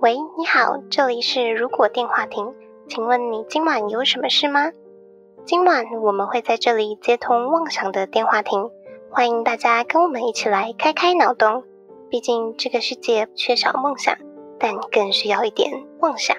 喂，你好，这里是如果电话亭，请问你今晚有什么事吗？今晚我们会在这里接通妄想的电话亭，欢迎大家跟我们一起来开开脑洞。毕竟这个世界缺少梦想，但更需要一点妄想。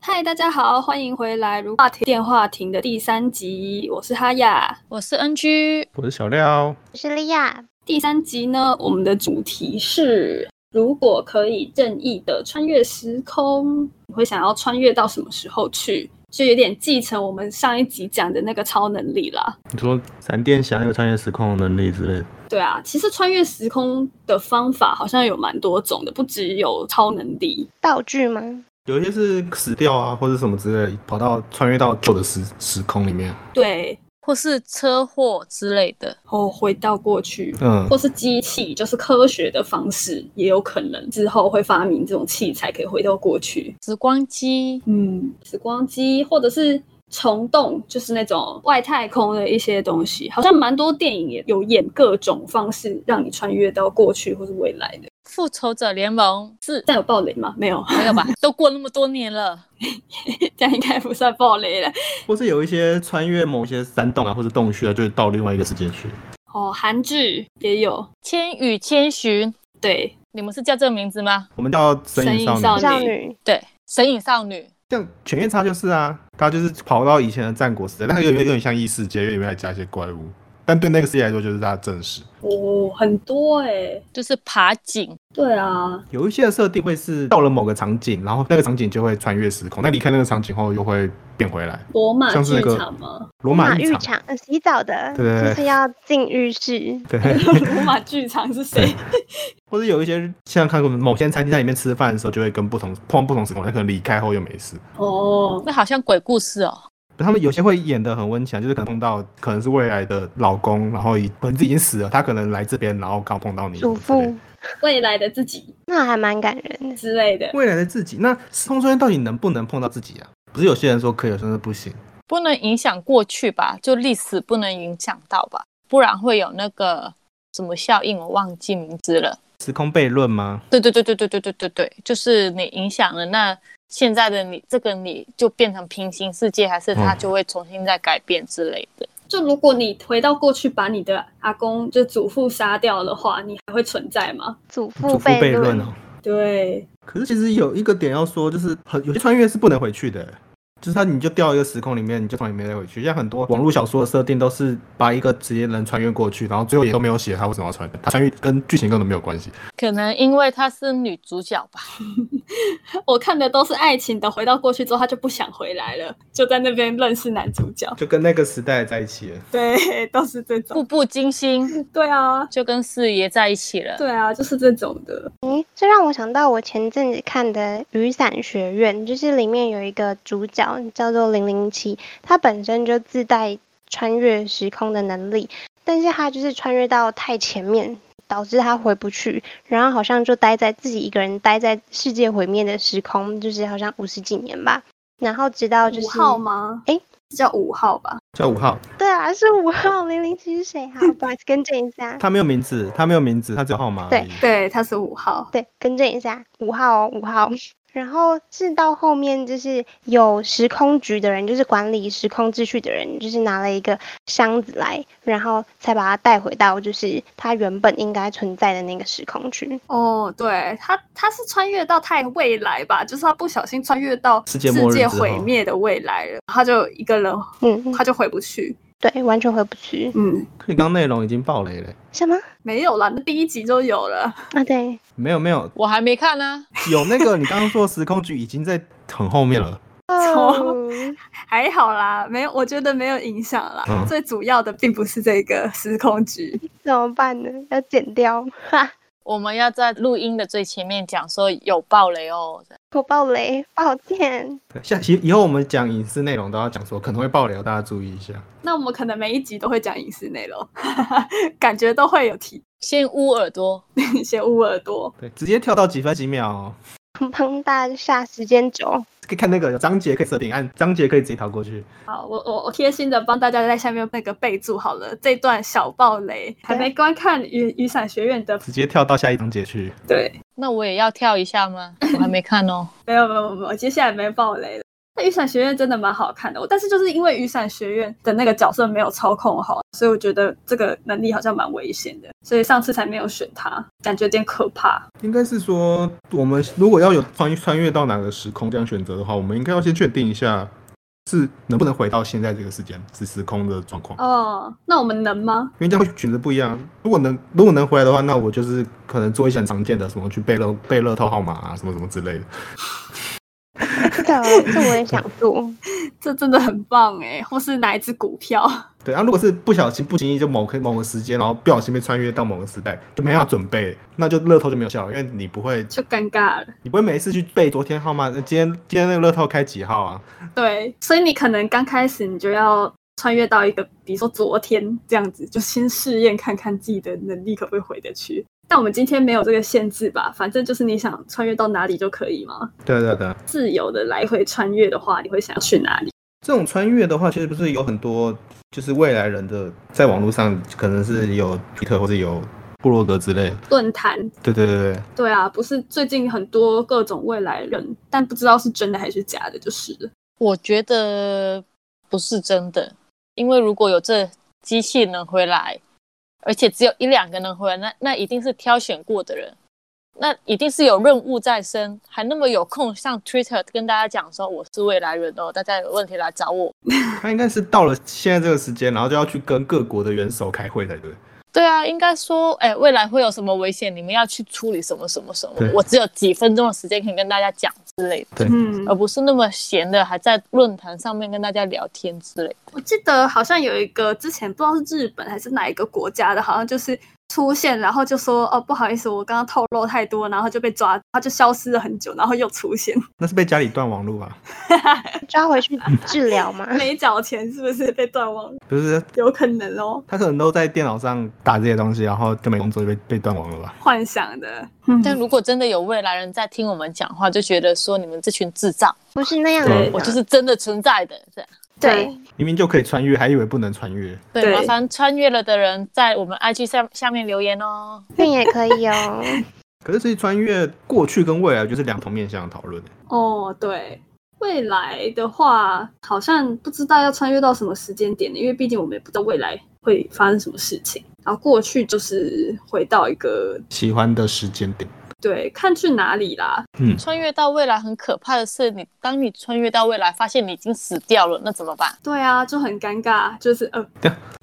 嗨，大家好，欢迎回来《如话题电话亭》的第三集，我是哈雅。我是 NG，我是小廖，我是莉亚，第三集呢，我们的主题是：如果可以任意的穿越时空，你会想要穿越到什么时候去？就有点继承我们上一集讲的那个超能力啦。你说闪电侠有穿越时空的能力之类的，对啊，其实穿越时空的方法好像有蛮多种的，不只有超能力。道具吗？有一些是死掉啊，或者什么之类，跑到穿越到旧的时时空里面。对，或是车祸之类的。哦，回到过去，嗯或，是机器，就是科学的方式，也有可能之后会发明这种器材，可以回到过去。时光机嗯，时光机或者是虫洞，就是那种外太空的一些东西，好像蛮多电影也有演各种方式让你穿越到过去或是未来的。复仇者联盟是但有暴雷吗？没有， 没有吧？ 都过那么多年了，这样应该不算暴雷了。或是有一些穿越某些山洞啊，或者洞穴啊，就是到另外一个世界去。哦，韩剧也有， 《千与千寻》，对，你们是叫这个名字吗？我们叫神神隐隐少少女，女少女对，《神隐少女》像犬夜叉就是啊，他就是跑到以前的战国时代，那个有有点像异世界，因为里面还加一些怪物，但对那个世界来说就是它的正史。哦，很多哎、就是爬井，对啊，有一些的设定会是到了某个场景，然后那个场景就会穿越时空，那离开那个场景后又会变回来。罗马像是剧那个场吗？ 罗马马浴浴场，场，呃洗澡的，对对对就是要进浴室。对。罗马剧场是 谁？或者有一些像看过某些餐厅在里面吃饭的时候，就会跟不同碰不同时空，他可能离开后又没事。哦，那好像鬼故事哦。他们有些会演的很温情啊，就是可能碰到可能是未来的老公，然后已可能自己已经死了，他可能来这边，然后刚好碰到你祖之类父的，未来的自己那还蛮感人的。之类的。未来的自己。那时空穿越到底能不能碰到自己啊？不是有些人说可以，有些人说不行。不能影响过去吧？就历史不能影响到吧？不然会有那个什么效应，我忘记名字了。时空悖论吗？对对对对对对对对对，就是你影响了那现在的你，这个你就变成平行世界，还是它嗯就会重新再改变之类的？就如果你回到过去把你的阿公就祖父杀掉的话，你还会存在吗？祖父祖父悖论论哦。对，可是其实有一个点要说，就是很有些穿越是不能回去的，就是他你就掉一个时空里面，你就从里面再回去。像很多网络小说的设定都是把一个职业人穿越过去，然后最后也都没有写他为什么要穿越，他穿越跟剧情根本没有关系。可能因为她是女主角吧。我看的都是爱情的，回到过去之后他就不想回来了，就在那边认识男主角。就跟那个时代在一起了。对，都是这种。步步惊心，对啊，就跟四爷在一起了。对啊，就是这种的。诶，这让我想到我前阵子看的《雨伞学院》，就是里面有一个主角叫做零零七，他本身就自带穿越时空的能力，但是他就是穿越到太前面，导致他回不去，然后好像就待在自己一个人待在世界毁灭的时空，就是好像五十几年吧，然后直到就五是号吗？诶是叫五号吧？叫五号，对啊，是五号零零七是谁？好，不好意思，更正一下。他没有名字，他没有名字，他只有号码而已。对，他是五号。对，更正一下，五号哦，五号。 然后是到后面，就是有时空局的人，就是管理时空秩序的人，就是拿了一个箱子来，然后才把它带回到就是它原本应该存在的那个时空去。哦，对他，他是穿越到太未来吧？就是他不小心穿越到世界末日之后毁灭的未来了，他就一个人，嗯，他就回不去。对，完全回不去。嗯，可你刚刚内容已经爆雷了。什么没有啦，那第一集就有了。 啊？对，没有没有，我还没看呢、有那个你刚刚说的时空局已经在很后面了。哦，还好啦，没有，我觉得没有影响啦。嗯最主要的并不是这个时空局，怎么办呢？要剪掉？哈，我们要在录音的最前面讲说有暴雷哦。我爆雷，抱歉。对下以以后我们讲影视内容都要讲说可能会爆雷哦，大家注意一下。那我们可能每一集都会讲影视内容， 感觉都会有提先捂耳朵，一些捂耳朵。对，直接跳到几分几秒哦、帮大家下时间轴，可以看那个有章节可以设定，按章节可以直接逃过去。好，我我我贴心的帮大家在下面那个备注好了，这段小暴雷还没观看雨雨伞学院的，直接跳到下一章节去。对，那我也要跳一下吗？我还没看哦。没有没有没有，接下来没暴雷了。那雨伞学院真的蛮好看的，我但是就是因为雨伞学院的那个角色没有操控好，所以我觉得这个能力好像蛮危险的，所以上次才没有选它，感觉有点可怕。应该是说，我们如果要有穿穿越到哪个时空这样选择的话，我们应该要先确定一下，是能不能回到现在这个时间，是时空的状况。哦，那我们能吗？因为这样会选择不一样。如果能，如果能回来的话，那我就是可能做一些很常见的，什么去背乐背乐透号码啊，什么什么之类的。这个这我也想做，这真的很棒哎，或是哪一只股票？ 对啊，如果是不小心不经意就某个某个时间，然后不小心被穿越到某个时代，就没法准备，那就乐透就没有效了，因为你不会，就尴尬了。你不会每一次去背昨天号码，呃今天今天那个乐透开几号啊？对，所以你可能刚开始你就要穿越到一个，比如说昨天这样子，就先试验看看自己的能力可不可以回得去。但我们今天没有这个限制吧？反正就是你想穿越到哪里就可以嘛，对对对，自由的来回穿越的话，你会想去哪里？这种穿越的话，其实不是有很多，就是未来人的在网络上可能是有推特或者有部落格之类的。论坛？对对对对，对啊，不是最近很多各种未来人，但不知道是真的还是假的，就是了。我觉得不是真的，因为如果有这机器能回来，而且只有一两个能回来，那那一定是挑选过的人，那一定是有任务在身，还那么有空上 Twitter 跟大家讲说我是未来人哦，大家有问题来找我。他应该是到了现在这个时间，然后就要去跟各国的元首开会才对。对啊，应该说，哎，未来会有什么危险，你们要去处理什么什么什么对，我只有几分钟的时间可以跟大家讲之类的，嗯而不是那么闲的还在论坛上面跟大家聊天之类的。我记得好像有一个之前不知道是日本还是哪一个国家的，好像就是出现，然后就说哦不好意思，我刚刚透露太多，然后就被抓，他就消失了很久，然后又出现， 那是被家里断网路吧？抓回去治疗嘛。没缴钱是不是被断网？不是，有可能哦，他可能都在电脑上打这些东西，然后就没工作就被被断网了吧？幻想的。嗯但如果真的有未来人在听我们讲话，就觉得说你们这群智障，不是那样对的，我就是真的存在的。啊这样对，明明就可以穿越，还以为不能穿越。对，对麻烦穿越了的人在我们 IG 下下面留言哦。 那也可以哦。可是其实穿越过去跟未来就是两头面向的讨论。哦，对，未来的话好像不知道要穿越到什么时间点呢，因为毕竟我们也不知道未来会发生什么事情。然后过去就是回到一个喜欢的时间点，对，看去哪里啦，穿越到未来很可怕的是，你当你穿越到未来，发现你已经死掉了，那怎么办？对啊，就很尴尬，就是呃，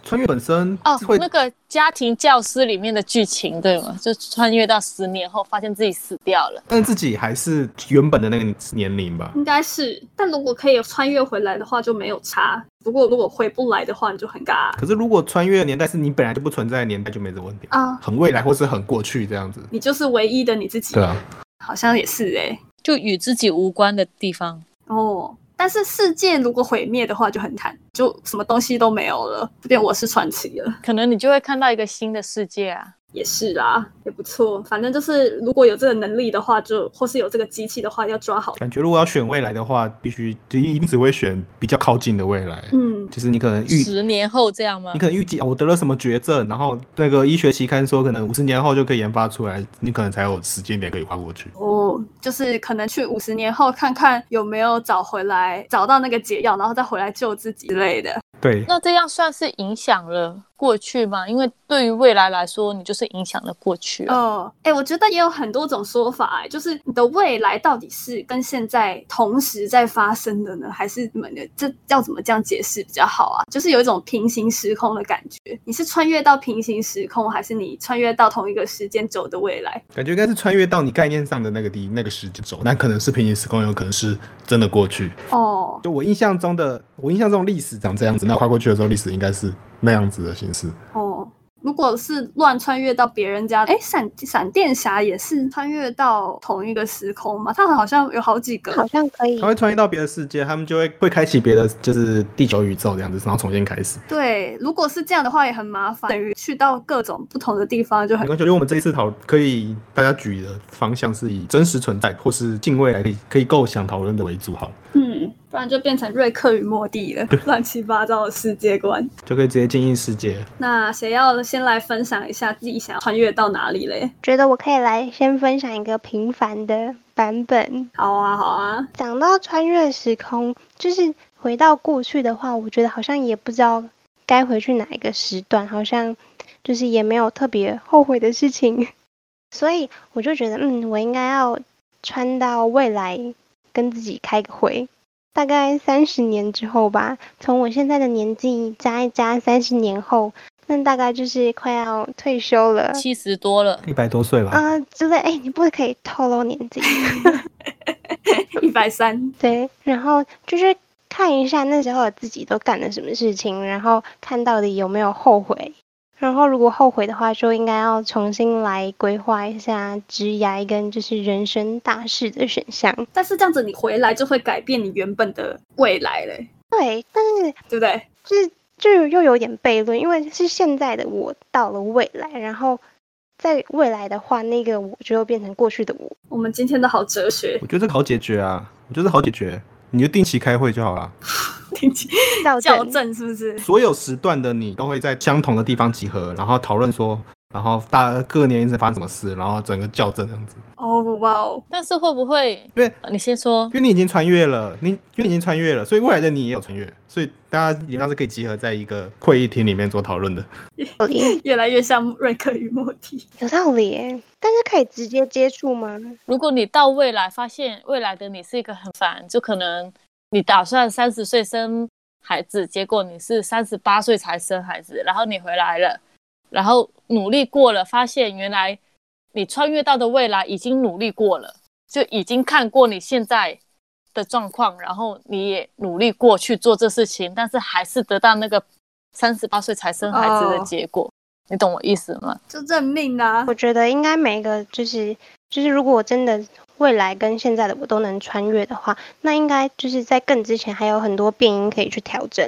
穿越本身哦是会、，那个家庭教师里面的剧情对吗？就穿越到十年后，发现自己死掉了。但自己还是原本的那个年龄吧。应该是。但如果可以穿越回来的话，就没有差。不过如果回不来的话，你就很尬可是如果穿越的年代是你本来就不存在的年代，就没这问题。啊。很未来或是很过去这样子。你就是唯一的你自己，对啊，好像也是哎、就与自己无关的地方，哦。但是世界如果毁灭的话，就很惨，就什么东西都没有了，这边我是传奇了，可能你就会看到一个新的世界啊。也是啦，也不错。反正就是如果有这个能力的话就，或是有这个机器的话，要抓好。感觉如果要选未来的话，必须就一定只会选比较靠近的未来。嗯，就是你可能预，十年后这样吗你？可能预计、哦我得了什么绝症，然后那个医学期刊说可能五十年后就可以研发出来，你可能才有时间点可以跨过去。哦，就是可能去五十年后看看有没有找回来，找到那个解药，然后再回来救自己之类的。对，那这样算是影响了过去吗？因为对于未来来说，你就是影响了过去啊了。哦，哎，我觉得也有很多种说法、哎，就是你的未来到底是跟现在同时在发生的呢，还是你们的这要怎么这样解释比较好啊？就是有一种平行时空的感觉，你是穿越到平行时空，还是你穿越到同一个时间轴的未来？感觉应该是穿越到你概念上的那个地那个时间轴，那可能是平行时空，有可能是真的过去。哦，就我印象中的，我印象中历史长这样子，那跨过去的时候，历史应该是那样子的形式。哦，如果是乱穿越到别人家，哎，闪闪电侠也是穿越到同一个时空嘛？他好像有好几个，好像可以他。会穿越到别的世界，他们就会会开启别的，就是地球宇宙这样子，然后重新开嗯始。对，如果是这样的话也很麻烦，等于去到各种不同的地方就没很关系，因为我们这一次讨可以大家举的方向是以真实存在或是近未来可以可以构想讨论的为主，好了，嗯，不然就变成瑞克与莫蒂了，乱七八糟的世界观。就可以直接进入世界。那谁要先来分享一下自己想要穿越到哪里嘞？觉得我可以来先分享一个平凡的版本，好啊，好啊，讲到穿越时空，就是回到过去的话，我觉得好像也不知道该回去哪一个时段，好像就是也没有特别后悔的事情， 所以我就觉得，嗯，我应该要穿到未来跟自己开个会，大概三十年之后吧，从我现在的年纪加一加三十年后，那大概就是快要退休了。七十多了，一百多岁吧，啊、之类，哎、你不可以透露年纪。一百三，对，然后就是看一下那时候自己都干了什么事情，然后看到底有没有后悔。然后如果后悔的话，就应该要重新来规划一下职涯跟就是人生大事的选项。但是这样子你回来就会改变你原本的未来嘞，对，但是对不对？就是就又有点悖论，因为是现在的我到了未来，然后在未来的话，那个我就又变成过去的我。我们今天都好哲学我，觉得这个好解决啊，我觉得这好解决，你就定期开会就好了。 听起校校正正是不是？所有时段的你都会在相同的地方集合，然后讨论说，然后大家各年龄层发生什么事，然后整个校正这样子。哦哇哦，但是会不会？因为呃你先说因，为你已经穿越了，你因为你已经穿越了，所以未来的你也有穿越，所以大家也当是可以集合在一个会议厅里面做讨论的。有道理，越来越像瑞克与莫蒂。有道理耶。但是可以直接接触吗？如果你到未来发现未来的你是一个很烦，就可能你打算三十岁生孩子，结果你是三十八岁才生孩子，然后你回来了，然后努力过了，发现原来你穿越到的未来已经努力过了，就已经看过你现在的状况，然后你也努力过去做这事情，但是还是得到那个三十八岁才生孩子的哦结果。你懂我意思吗？就认命啊啦、我觉得应该每个就是就是，如果我真的未来跟现在的我都能穿越的话，那应该就是在更之前还有很多变音可以去调整。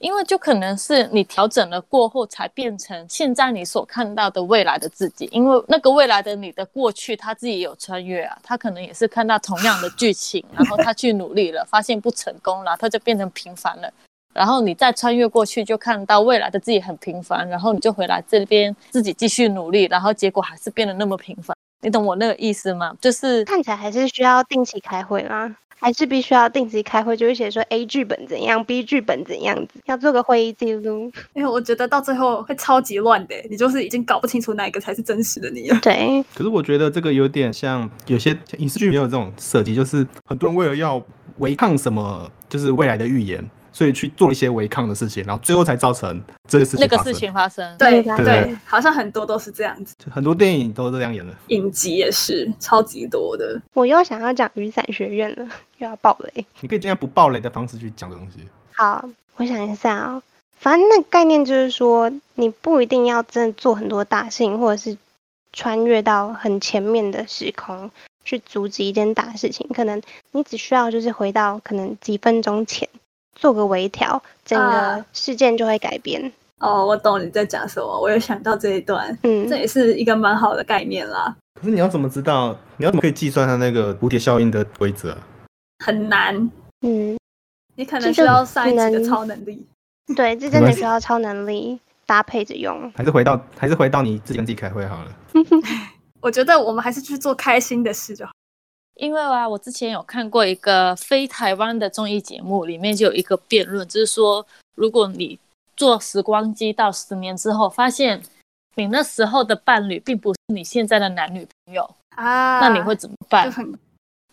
因为就可能是你调整了过后，才变成现在你所看到的未来的自己。因为那个未来的你的过去，他自己有穿越啊，他可能也是看到同样的剧情，然后他去努力了，发现不成功了，他就变成平凡了。然后你再穿越过去，就看到未来的自己很平凡，然后你就回来这边自己继续努力，然后结果还是变得那么平凡。你懂我那个意思吗？就是看起来还是需要定期开会啦，还是必须要定期开会，就会写说 A 剧本怎样，B 剧本怎样子，要做个会议记录。 因为哎我觉得到最后会超级乱的，你就是已经搞不清楚哪一个才是真实的你了。对，可是我觉得这个有点像有些像影视剧也有这种设计，就是很多人为了要违抗什么，就是未来的预言，所以去做一些违抗的事情，然后最后才造成这个事那情个发事生。情发生，对对对对好像很多都是这样子，就很多电影都是这样演的。影集也是超级多的。我又想要讲雨伞学院了，又要爆雷。你可以尽量不暴雷的方式去讲这东西。好，我想一下哦。反正那个概念就是说，你不一定要真的做很多大事情，或者是穿越到很前面的时空去阻止一件大事情。可能你只需要就是回到可能几分钟前做个微调，整个啊事件就会改变。哦，我懂你在讲什么，我有想到这一段，嗯这，也是一个蛮好的概念啦，可是你要怎么知道？你要怎么可以计算它那个蝴蝶效应的规则啊、很难。嗯，你可这就能需要上一集只的能超能力，对，这真的关系需要超能力搭配着用。还是回到还是回到你自己跟自己开会好了。我觉得我们还是去做开心的事就好。因为啊，我之前有看过一个非台湾的综艺节目，里面就有一个辩论，就是说，如果你坐时光机到十年之后，发现你那时候的伴侣并不是你现在的男女朋友，啊，那你会怎么办就？很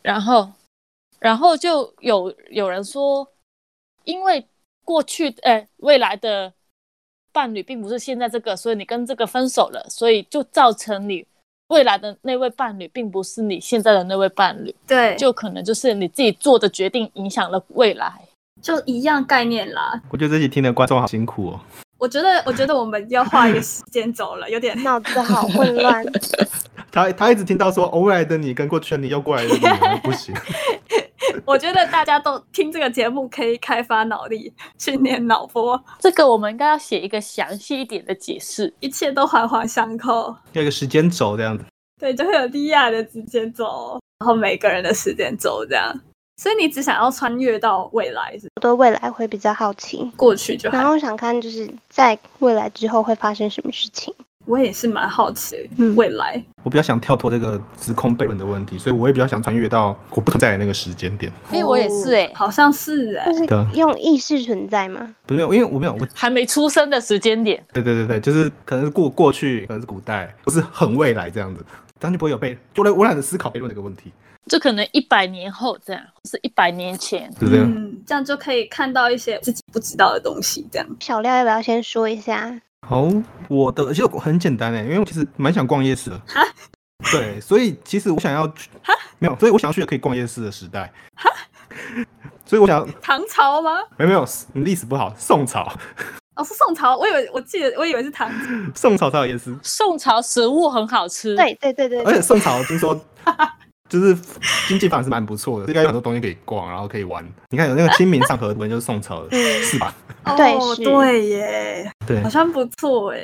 然后，然后就有有人说，因为过去呃未来的伴侣并不是现在这个，所以你跟这个分手了，所以就造成你未来的那位伴侣并不是你现在的那位伴侣。对，就就可能就是你自己做的决定影响了未来。就一样概念啦。我觉得这期听的观众好辛苦哦，我觉 得，我觉得我们要画一个时间轴了，有点脑子好混 乱。他他一直听到说偶来的你跟过去的你又过来的你，然后不行。我觉得大家都听这个节目可以开发脑力，训练脑波，这个我们应该要写一个详细一点的解释。一切都环环相扣。要一个时间轴这样子，对，就会有利亚的时间轴，然后每个人的时间轴这样。所以你只想要穿越到未来，是我对未来会比较好奇，过去就然好。后想看就是在未来之后会发生什么事情。我也是蛮好奇嗯未来。我比较想跳脱这个时空悖论的问题，所以我也比较想穿越到我不存在的那个时间点。哎我也是哎好像是哎、就是对，啊用意识存在吗？不是，因为我没有，我还没出生的时间点，对对对对，就是可能是过过去，可能是古代，不是很未来这样子，这样就不会有被，就来我懒得思考悖论这个问题，就可能一百年后这样，或是一百年前。对不对？嗯，这样就可以看到一些自己不知道的东西。这样，小廖要不要先说一嗯下？好，我的其实我很简单欸诶，因为我其实蛮想逛夜市的。对，所以其实我想要去，没有，所以我想要去可以逛夜市的时代。所以我想要，唐朝吗？没有没有，你历史不好，宋朝，哦，是宋朝。我以为我记得，我以为是唐朝。宋朝才有夜市，宋朝食物很好吃，，对对对对而且对，宋朝听 说就是经济反而是蛮不错的，应该有很多东西可以逛，然后可以玩。你看有那个《清明上河图》就是宋朝的，嗯是吧？对哦，是对耶，对好，像不错哎。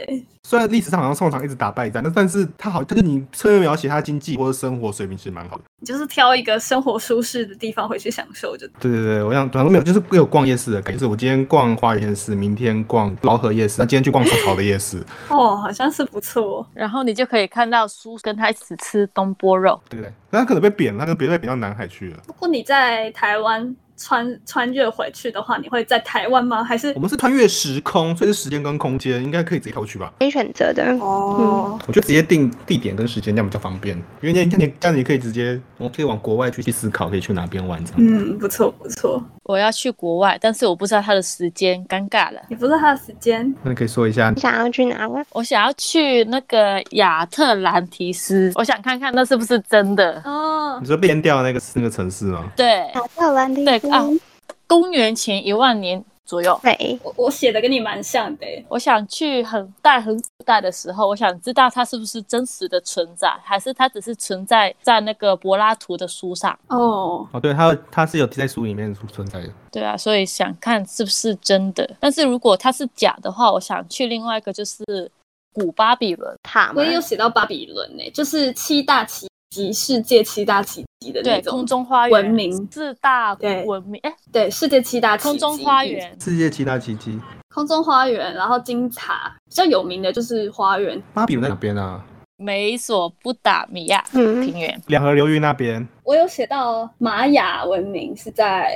虽然历史上好像宋朝一直打败战，但但是它好，就是你侧面描写它经济或者生活水平是蛮好的。你就是挑一个生活舒适的地方回去享受就。对对对，我想反正没有，就是会有逛夜市的感觉。就是我今天逛花园夜市，明天逛劳河夜市，那今天去逛宋朝的夜市。哦，好像是不错。哦然后你就可以看到叔跟他一起吃东坡肉，对不对？那他可能被贬了，他可能被贬到南海去了。如果你在台湾穿穿越回去的话，你会在台湾吗？还是我们是穿越时空，所以是时间跟空间，应该可以直接跳去吧？可以选择的。哦，我觉得直接定地点跟时间这样比较方便，因为你你这样你可以直接，我可以往国外去去思考，可以去哪边玩这样。嗯，不错不错。我要去国外，但是我不知道他的时间，尴尬了。你不知道他的时间，那你可以说一下你，想要去哪呢？我想要去那个亚特兰提斯，我想看看那是不是真的。哦你，说变掉那个那个城市吗？对，打到兰迪对斯啊公元前一万年左右，对，我我写的跟你蛮像的耶。欸我想去很大很古代的时候，我想知道它是不是真实的存在，还是它只是存在在那个柏拉图的书上。哦，哦，对，它它是有在书里面存在的。对啊，所以想看是不是真的。但是如果它是假的话，我想去另外一个就是古巴比伦。塔嘛我也有写到巴比伦呢，就是七大奇迹，世界七大奇迹的那对，种空中花园文明，四大对文明，哎，对，世界七大奇迹空中花园，世界七大奇迹，空中花园，然后金塔比较有名的就是花园，巴比伦在哪边啊？美索不达米亚嗯，平原。两河流域那边。我有写到玛雅文明是在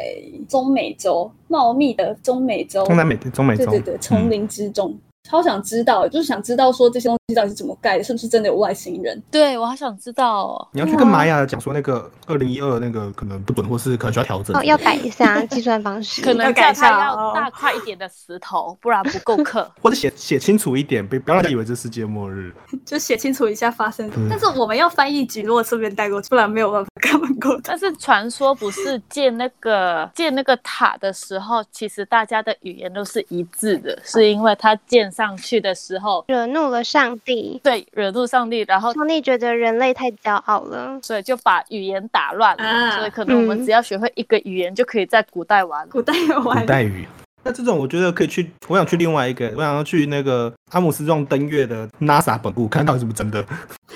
中美洲，茂密的中美洲，中南美中美洲，嗯对哦对对，丛林之中，超想知道，就是想知道说这些东西到底是怎么盖的，是不是真的有外星人？对我好想知道哦。你要去跟玛雅讲说那个二零一二那个可能不准，或是可能需要调整。哦，要改一下计算方式。可能要改叫一下他要哦大块一点的石头，不然不 够克。或者写写清楚一点，别不要让大家以为这世界末日。 就写清楚一下发生对。但是我们要翻译局落顺便带过去，不然没有办法跟他们沟通。但是传说不是建那个建那个塔的时候，其实大家的语言都是一致的，是因为他建上去的时候，惹怒了上帝，对惹怒上帝， 然后上帝觉得人类太骄傲了。所以就把语言打乱了。啊所以可能我们嗯只要学会一个语言，就可以在古代玩。古代有玩古代语。那这种我觉得可以去，我想去另外一个，我想要去那个阿姆斯壮登月的 NASA 本部，看到底是不是真的。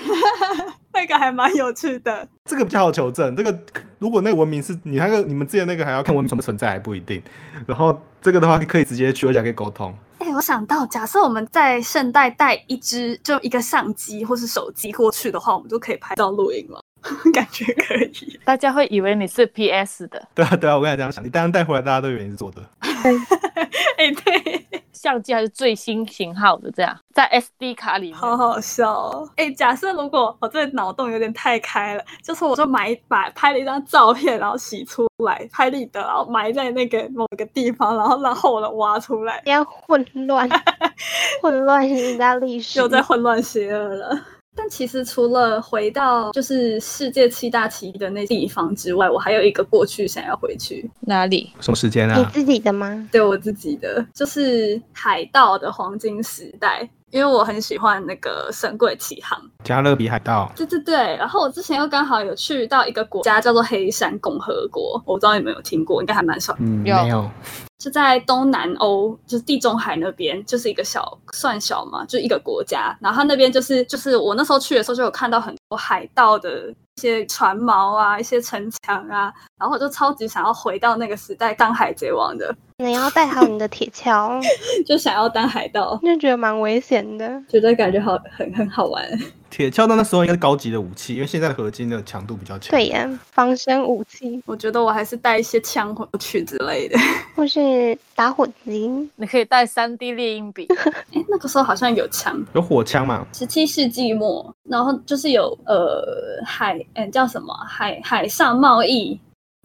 那个还蛮有趣的。这个比较好求证。这个如果那个文明是你那个你们之前那个还要看文明存不存在还不一定。然后这个的话可以直接去，而且还可以沟通。 哎、我想到，假设我们在圣代带一只就一个相机或是手机过去的话，我们就可以拍照录影了， 感觉可以。大家会以为你是 PS 的对啊对啊，我跟你这样想，你当然带回来，大家都以为你是做的。哎、对，相机，还是最新型号的这样，在 SD 卡里面。好好笑哦！哎、假设如果我这脑洞有点太开了，就是我就埋把拍了一张照片，然后洗出来拍立得，然后埋在那个某个地方，然后让后人挖出来， 不要混乱，混乱是意大利式。又在混乱邪恶了。 但其实除了回到就是世界七大奇迹的那地方之外，我还有一个过去想要回去，哪里？什么时间你啊？自己的吗？对我自己的就是海盗的黄金时代，因为我很喜欢那个《神鬼奇航》。加勒比海盗，对对对，然后我之前又刚好有去到一个国家叫做黑山共和国，我不知道你们有听过，应该还蛮少，嗯，有没有，就在东南欧，就是地中海那边，就是一个小算小嘛，就一个国家。然后它那边就是就是我那时候去的时候就有看到很多海盗的一些船锚啊，一些城墙啊，然后我就超级想要回到那个时代当海贼王的，你要带好你的铁锹， 就想要当海盗，就觉得蛮危险的。觉得感觉好很很好玩。铁锹到那时候应该是高级的武器，因为现在的合金的强度比较强。对，耶，防身武器我觉得我还是带一些枪回去之类 的。或是打火机，你可以带三 D 猎鹰笔，哎，那个时候好像有枪。有火枪嘛？十七世纪末，然后就是有呃海嗯、叫什么海海上贸易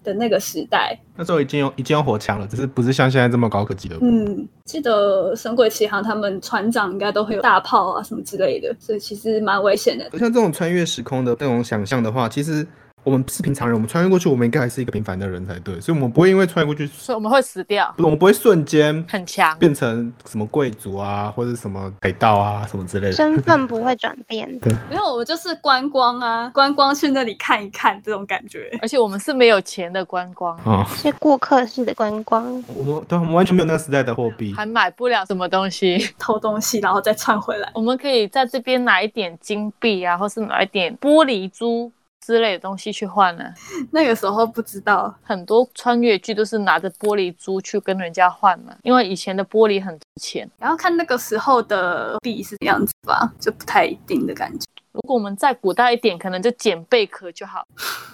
的那个时代，那时候已经有已经有火枪了，只是不是像现在这么高科技的。嗯，记得《神鬼奇航》他们船长应该都会有大炮啊什么之类的，所以其实蛮危险的。像这种穿越时空的那种想象的话，其实我们是平常人，我们穿越过去，我们应该还是一个平凡的人才对，所以我们不会因为穿越过去，所以我们会死掉，不是我们不会瞬间很强。 变成什么贵族啊，或者什么海盗啊，什么之类的。身份不会转变。没有，我就是观光啊，观光去那里看一看这种感觉。而且我们是没有钱的观光，啊、是过客式的观光，我们对，我们完全没有那个时代的货币。还买不了什么东西。偷东西然后再窜回来，我们可以在这边拿一点金币啊，或是拿一点玻璃珠之类的东西去换呢、那个时候不知道，很多穿越剧都是拿着玻璃珠去跟人家换嘛，因为以前的玻璃很值钱。然后看那个时候的币是怎样子吧，就不太一定的感觉。如果我们再古代一点，可能就捡贝壳就好。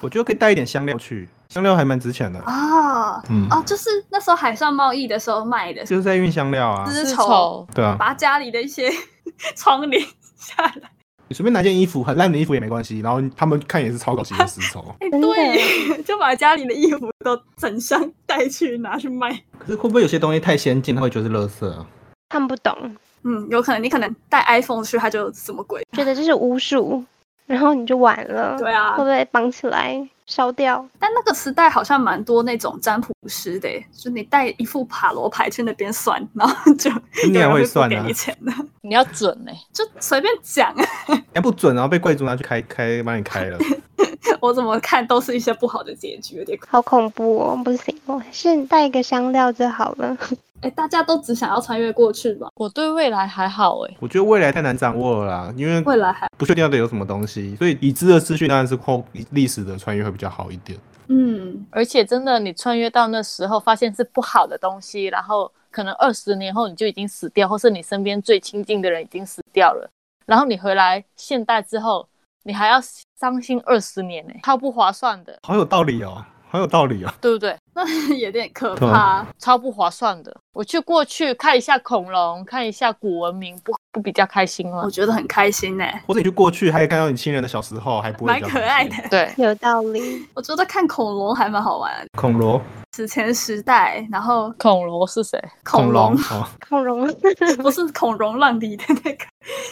我觉得可以带一点香料去，香料还蛮值钱的。啊嗯，哦，就是那时候海上贸易的时候卖的，就是在运香料啊。丝丝绸，绸，对啊，把家里的一些 窗帘下来。你随便拿件衣服，很烂的衣服也没关系。然后他们看也是超高级的丝绸。哎、真的对，就把家里的衣服都整箱带去拿去卖。可是会不会有些东西太先进，它会觉得是垃圾啊？看不懂，嗯，有可能你可能带 iPhone 去，它就什么鬼？觉得这是巫术，然后你就完了，对啊会不会绑起来烧掉？但那个时代好像蛮多那种占卜师的耶，就你带一副塔罗牌去那边算，然后就你有也人会会算啊不给你钱的，你要准欸呢、就随便讲。啊哎，不准，然后被贵族拿去开开，帮你开了。 我怎么看都是一些不好的结局，有点好恐怖哦，不行，我还是带一个香料就好 了。哎、大家都只想要穿越过去吧，我对未来还好哎、我觉得未来太难掌握了啦，因为未来还不确定到底有什么东西，所以已知的资讯当然是后历史的穿越会比较好一点。嗯， 而且真的，你穿越到那时候，发现是不好的东西，然后可能二十年后你就已经死掉，或是你身边最亲近的人已经死掉了，然后你回来现代之后，你还要伤心二十年呢、欸超不划算的，好有道理哦，好有道理哦。对不对？那有点可对啊怕。超不划算的。我去过去看一下恐龙，看一下古文明，不不比较开心吗我？觉得很开心呢、或者你去过去，还可以看到你亲人的小时候，还不会蛮比较可爱开心的。对，有道理，我觉得看恐龙还蛮好玩的，恐龙，史前时代，然后恐龙是谁？恐龙龙，哦，恐龙 不是孔融让梨的那个，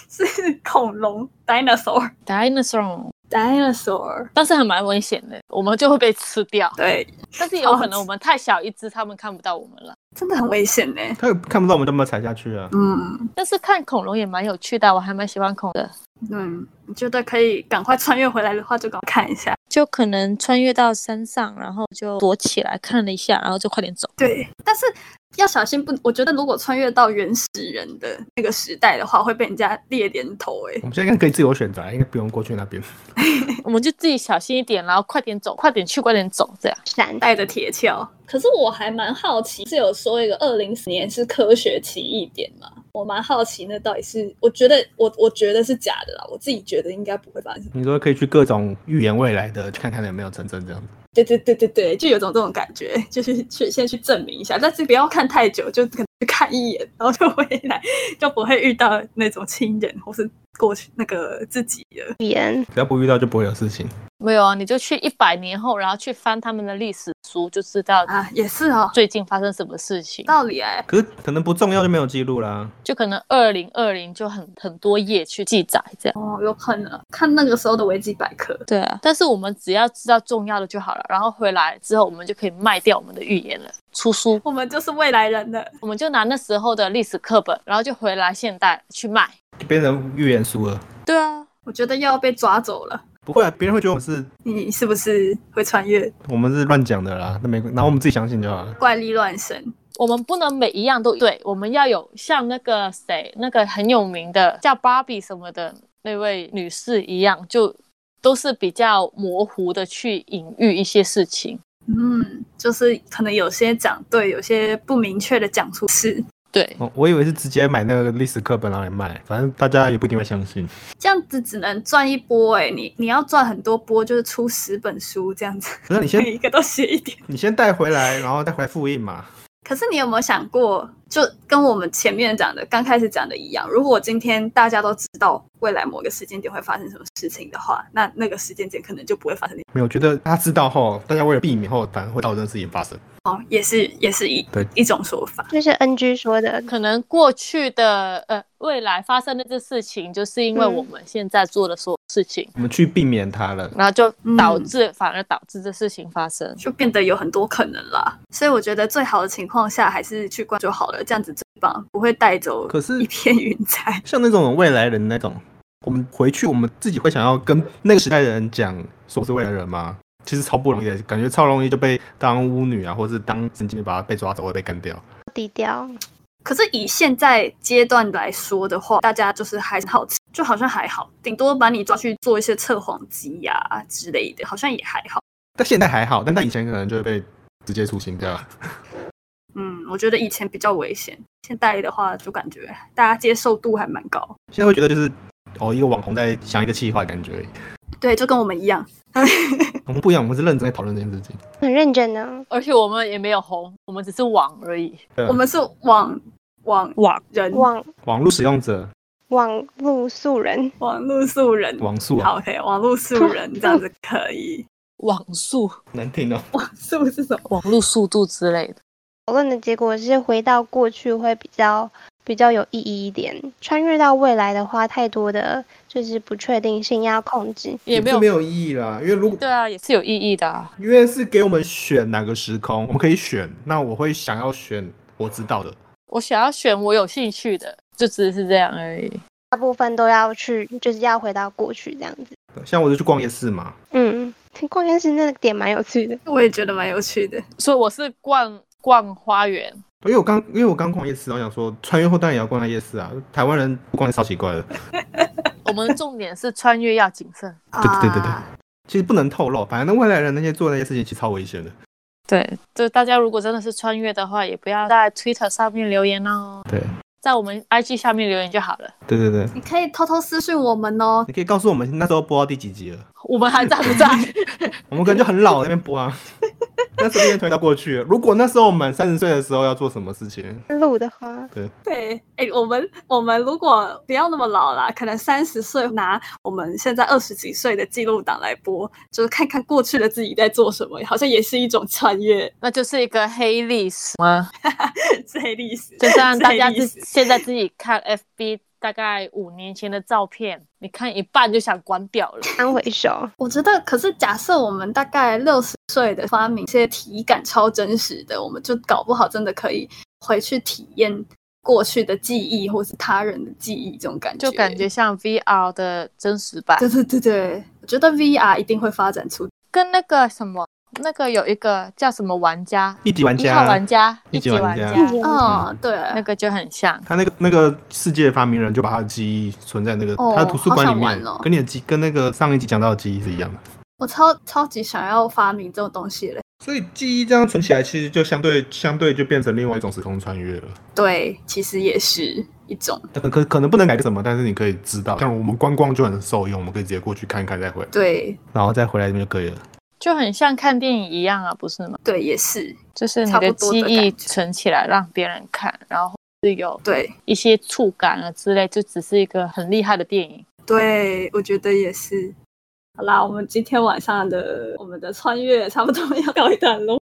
是恐龙 dinosaur dinosaur， dinosaur。但是还蛮危险的，我们就会被吃掉。对，但是也有超可能我们太小一只，他们看不到我们了。真的很危险呢。他也看不到我们就没有踩下去啊。嗯但是看恐龙也蛮有趣的，我还蛮喜欢恐龙的。嗯，你觉得可以赶快穿越回来的话，就赶快看一下。就可能穿越到山上，然后就躲起来看了一下，然后就快 点走。对，但是要小心不，我觉得如果穿越到原始人的那个时代的话，会被人家猎人头哎我。们现在应该可以自由选择，啊应该不用过去那边。我们就自己小心一点，然后快点走，快点去，快点走，这样。闪，带着铁锹，可是我还蛮好奇，是有说一个二零十年是科学奇异点吗？我蛮好奇，那到底是我觉得我我觉得是假的啦，我自己觉得应该不会发生。 你说可以去各种预言未来的，去看看有没有成真这样子。对对对对对，就有种这种感觉，就是去先去证明一下，但是不要看太久，就可能去看一眼，然后就回来，就不会遇到那种亲人或是过去那个自己了。言只要不遇到就不会有事情。没有啊，你就去一百年后，然后去翻他们的历史书，就知道啊，也是哦，最近发生什么事情。道理哎、可是可能不重要就没有记录啦。就可能二零二零就很很多页去记载这样。哦，有可能看那个时候的维基百科。对啊，但是我们只要知道重要的就好了，然后回来之后我们就可以卖掉我们的预言了，出书，我们就是未来人了，我们就拿那时候的历史课本，然后就回来现代去卖。就变成预言书了。对啊，我觉得又要被抓走了。不会啊，别人会觉得我们是你是不是会穿越？我们是乱讲的啦，那没然后我们自己相信就好了。怪力乱神，我们不能每一样都对，我们要有像那个谁，那个很有名的叫芭比什么的那位女士一样，就都是比较模糊的去隐喻一些事情。嗯，就是可能有些讲对，有些不明确的讲出是。对，哦，我以为是直接买那个历史课本拿来卖，反正大家也不一定会相信。这样子只能赚一波哎、你你要赚很多波，就是出十本书这样子，不是你先 每一个都写一点。你先带回来，然后再回来复印嘛。可是你有没有想过，就跟我们前面讲的、刚开始讲的一样，如果今天大家都知道未来某个时间点会发生什么事情的话，那那个时间点可能就不会发生。没有，我觉得他知道后，大家为了避免后，反而会导致事情发生。哦，也是也是一对一种说法。就是 NG 说的，可能过去的呃未来发生的这事情，就是因为嗯我们现在做的所有事情，我们去避免它了。然后就导嗯致、反而导致这事情发生。就变得有很多可能啦。所以我觉得最好的情况下还是去关就好了，这样子最棒，不会带走可是一片云彩。像那种未来人那种，我们回去我们自己会想要跟那个时代的人讲说我是未来人吗？其实超不容易的，感觉超容易就被当巫女啊，或是当神经病把她被抓走或被干掉。低调。可是以现在阶段来说的话，大家就是还好，就好像还好，顶多把你抓去做一些测谎机呀、之类的，好像也还好。但现在还好，但在以前可能就会被直接处刑掉。嗯，我觉得以前比较危险，现在的话就感觉大家接受度还蛮高。现在会觉得就是哦，一个网红在想一个气话的感觉。对，就跟我们一 样， 我们不一样，我们是认真在讨论这件事情。很认真啊呢，而且我们也没有红，我们只是网而已。对我们是网网网人，网网络使用者，网路素人，网络素人。网速啊，好，OK，网络素人这样子可以。网速、难听哦。是不是什么？网络速度之类的。讨论的结果是回到过去会比较比较有意义一点，穿越到未来的话，太多的就是不确定性要控制。也没有不是没有意义啦，因为如果对啊，也是有意义的、啊。因为是给我们选哪个时空，我们可以选。那我会想要选我知道的，我想要选我有兴趣的，就只是这样而已。大部分都要去，就是要回到过去这样子。像我就去逛夜市嘛，嗯，逛夜市那个点蛮有趣的，我也觉得蛮有趣的。所以我是逛逛花园，因为我刚因为我刚逛夜市，然后想说穿越后当然也要逛到夜市啊。台湾人不逛超奇怪的， 我们重点是穿越要谨慎。对对对对啊其实不能透露。反正未来人那些做那些事情其实超危险的。 对，就大家如果真的是穿越的话，也不要在 Twitter 上面留言哦，对在我们 IG 下面留言就好了。对对对，你可以偷偷私讯我们哦。你可以告诉我们那时候播到第几集了，我们还在不在？ 我们可能就很老在那边播啊。 那时候便推到过去了，如果那时候我们三十岁的时候要做什么事情，路的话，对，哎，我们我们如果不要那么老啦，可能三十岁拿我们现在二十几岁的记录档来播，就是看看过去的自己在做什么，好像也是一种穿越 那就是一个黑历史吗？这历史。就像大家这历自史现在自己看 FB 大概五年前的照片，你看一半就想关掉了。当回首，我觉得，可是假设我们大概六十岁的发明一些体感超真实的，我们就搞不好真的可以回去体验过去的记忆，或是他人的记忆这种感觉，就感觉像 VR 的真实版，对对对对，我觉得 VR 一定会发展出跟那个什么，那个有一个叫什么玩家，一级玩一家号玩家，一级级玩玩家一级玩嗯，对，那个就很像。他那个那个世界发明人就把他的记忆存在那个、哦他的图书馆里好面想玩，哦跟你的记跟那个上一集讲到的记忆是一样的。我超超级想要发明这种东西嘞。所以记忆这样存起来，其实就相对相对就变成另外一种时空穿越了。对，其实也是一种可可可能不能改变什么，但是你可以知道，像我们观光就很受用，我们可以直接过去看一看再回来，对然后再回来这边就可以了。就很像看电影一样啊，不是吗？对，也是就是你差不的多记的忆感觉存起来让别人看，然后是有对一些触感啊之类，就只是一个很厉害的电影。对，我觉得也是。好啦，我们今天晚上的我们的穿越差不多要告一段落。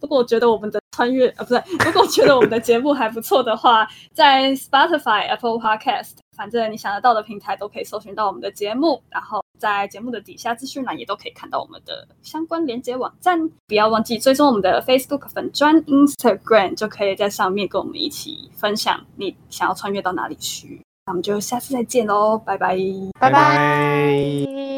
如果觉得我们的穿越啊，不对，如果觉得我们的节目还不错的话，在 Spotify、Apple Podcast，反正你想得到的平台都可以搜寻到我们的节目。然后在节目的底下资讯栏也都可以看到我们的相关连接网站。不要忘记追踪我们的 Facebook 粉专、Instagram，就可以在上面跟我们一起分享你想要穿越到哪里去。那我们就下次再见喽，拜拜。拜拜。嗯